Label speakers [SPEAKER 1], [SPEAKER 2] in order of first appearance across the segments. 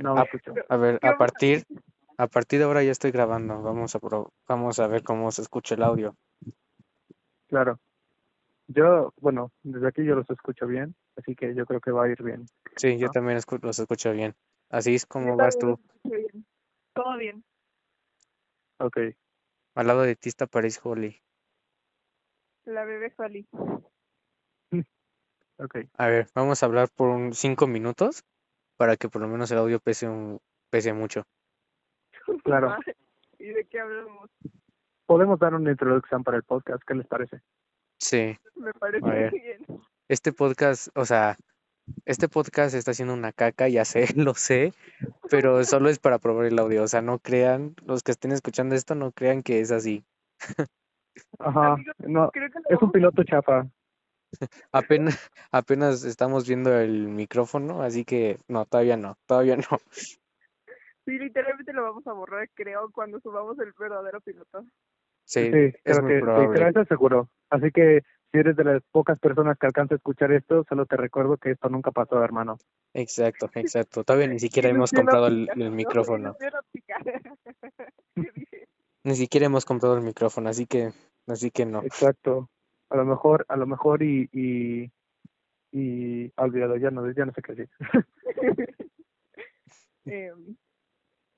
[SPEAKER 1] No,
[SPEAKER 2] ah, pues,
[SPEAKER 1] a, a, ver, a partir, a partir de ahora ya estoy grabando. Vamos a pro, vamos a ver cómo se escucha el audio.
[SPEAKER 2] Claro. Yo, bueno, desde aquí yo los escucho bien, así que yo creo que va a ir bien.
[SPEAKER 1] Sí, ¿no? yo también escu los escucho bien. Así es como yo vas tú.
[SPEAKER 3] Bien. Todo bien.
[SPEAKER 2] Ok.
[SPEAKER 1] Al lado de ti está Paris Holly.
[SPEAKER 3] La bebé Holly.
[SPEAKER 2] ok.
[SPEAKER 1] A ver, vamos a hablar por un cinco minutos para que por lo menos el audio pese, un, pese mucho.
[SPEAKER 2] Claro.
[SPEAKER 3] Ah, ¿Y de qué hablamos?
[SPEAKER 2] Podemos dar una introducción para el podcast, ¿qué les parece?
[SPEAKER 1] Sí.
[SPEAKER 3] Me parece muy bien.
[SPEAKER 1] Este podcast, o sea, este podcast está haciendo una caca, ya sé, lo sé, pero solo es para probar el audio. O sea, no crean, los que estén escuchando esto, no crean que es así. Ah,
[SPEAKER 2] Ajá, no, es un piloto chafa.
[SPEAKER 1] Apenas, apenas estamos viendo el micrófono, así que no, todavía no, todavía no.
[SPEAKER 3] Sí, literalmente lo vamos a borrar, creo, cuando subamos el verdadero piloto.
[SPEAKER 1] Sí,
[SPEAKER 2] sí
[SPEAKER 1] es
[SPEAKER 2] muy que, probable. Sí, eso seguro. Así que si eres de las pocas personas que alcanza a escuchar esto, solo te recuerdo que esto nunca pasó, hermano.
[SPEAKER 1] Exacto, exacto. Todavía ni siquiera hemos comprado el, el micrófono. Ni siquiera hemos comprado el micrófono, así que, así que no.
[SPEAKER 2] Exacto. A lo mejor, a lo mejor y y, y olvidado ya no, ya no sé qué decir.
[SPEAKER 3] eh,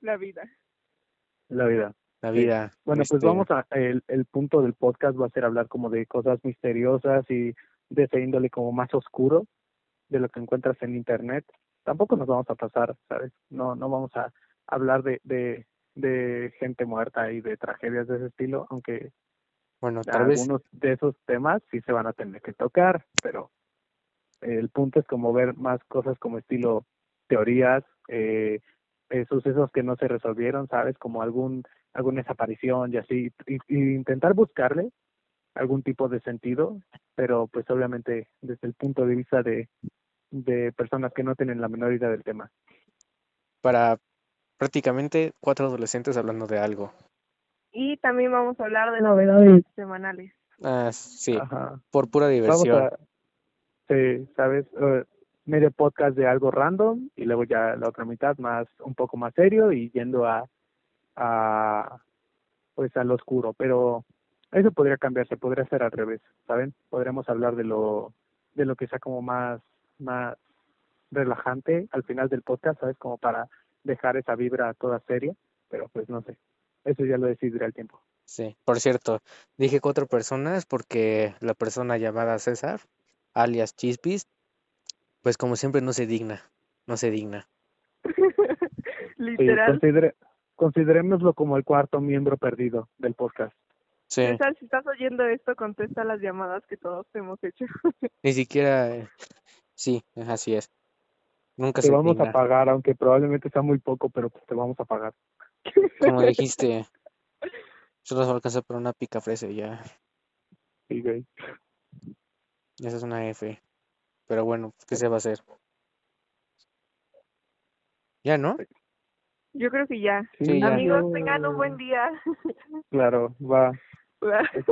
[SPEAKER 3] la vida.
[SPEAKER 2] La vida.
[SPEAKER 1] La vida. este,
[SPEAKER 2] Sí. Este, Bueno, misterio. pues vamos a el, el punto del podcast va a ser hablar como de cosas misteriosas y de ese índole como más oscuro de lo que encuentras en internet. Tampoco nos vamos a pasar, ¿sabes? No no vamos a hablar de de, de gente muerta y de tragedias de ese estilo, aunque
[SPEAKER 1] bueno,
[SPEAKER 2] tal algunos vez... de esos temas sí se van a tener que tocar, pero el punto es como ver más cosas como estilo teorías, eh, eh, sucesos que no se resolvieron, ¿sabes? Como algún alguna desaparición y así, y, y, intentar buscarle algún tipo de sentido, pero pues obviamente desde el punto de vista de, de personas que no tienen la menor idea del tema.
[SPEAKER 1] Para prácticamente cuatro adolescentes hablando de algo.
[SPEAKER 3] Y también vamos a hablar de novedades semanales.
[SPEAKER 1] Ah, sí, Ajá. por pura diversión.
[SPEAKER 2] Vamos a, sí, ¿sabes? Uh, medio podcast de algo random y luego ya la otra mitad más un poco más serio y yendo a a pues al oscuro, pero eso podría cambiarse, podría ser al revés, ¿saben? Podríamos hablar de lo de lo que sea como más más relajante al final del podcast, ¿sabes? Como para dejar esa vibra toda seria, pero pues no sé. Eso ya lo decidirá el tiempo.
[SPEAKER 1] Sí, por cierto, dije cuatro personas porque la persona llamada César, alias Chispis, pues como siempre no se digna, no se digna.
[SPEAKER 3] Literal.
[SPEAKER 2] Sí, considerémoslo como el cuarto miembro perdido del podcast.
[SPEAKER 1] Sí.
[SPEAKER 3] si estás oyendo esto, contesta las llamadas que todos hemos hecho.
[SPEAKER 1] Ni siquiera, eh, sí, así es. Nunca
[SPEAKER 2] te
[SPEAKER 1] se
[SPEAKER 2] vamos
[SPEAKER 1] digna.
[SPEAKER 2] a pagar, aunque probablemente sea muy poco, pero pues te vamos a pagar.
[SPEAKER 1] Como dijiste, solo se alcanza para una pica fresa ya.
[SPEAKER 2] Sí, güey.
[SPEAKER 1] Esa es una F. Pero bueno, ¿qué se va a hacer? Ya, ¿no?
[SPEAKER 3] Yo creo que ya.
[SPEAKER 1] Sí, ya.
[SPEAKER 3] Amigos, tengan un buen día.
[SPEAKER 2] Claro, va.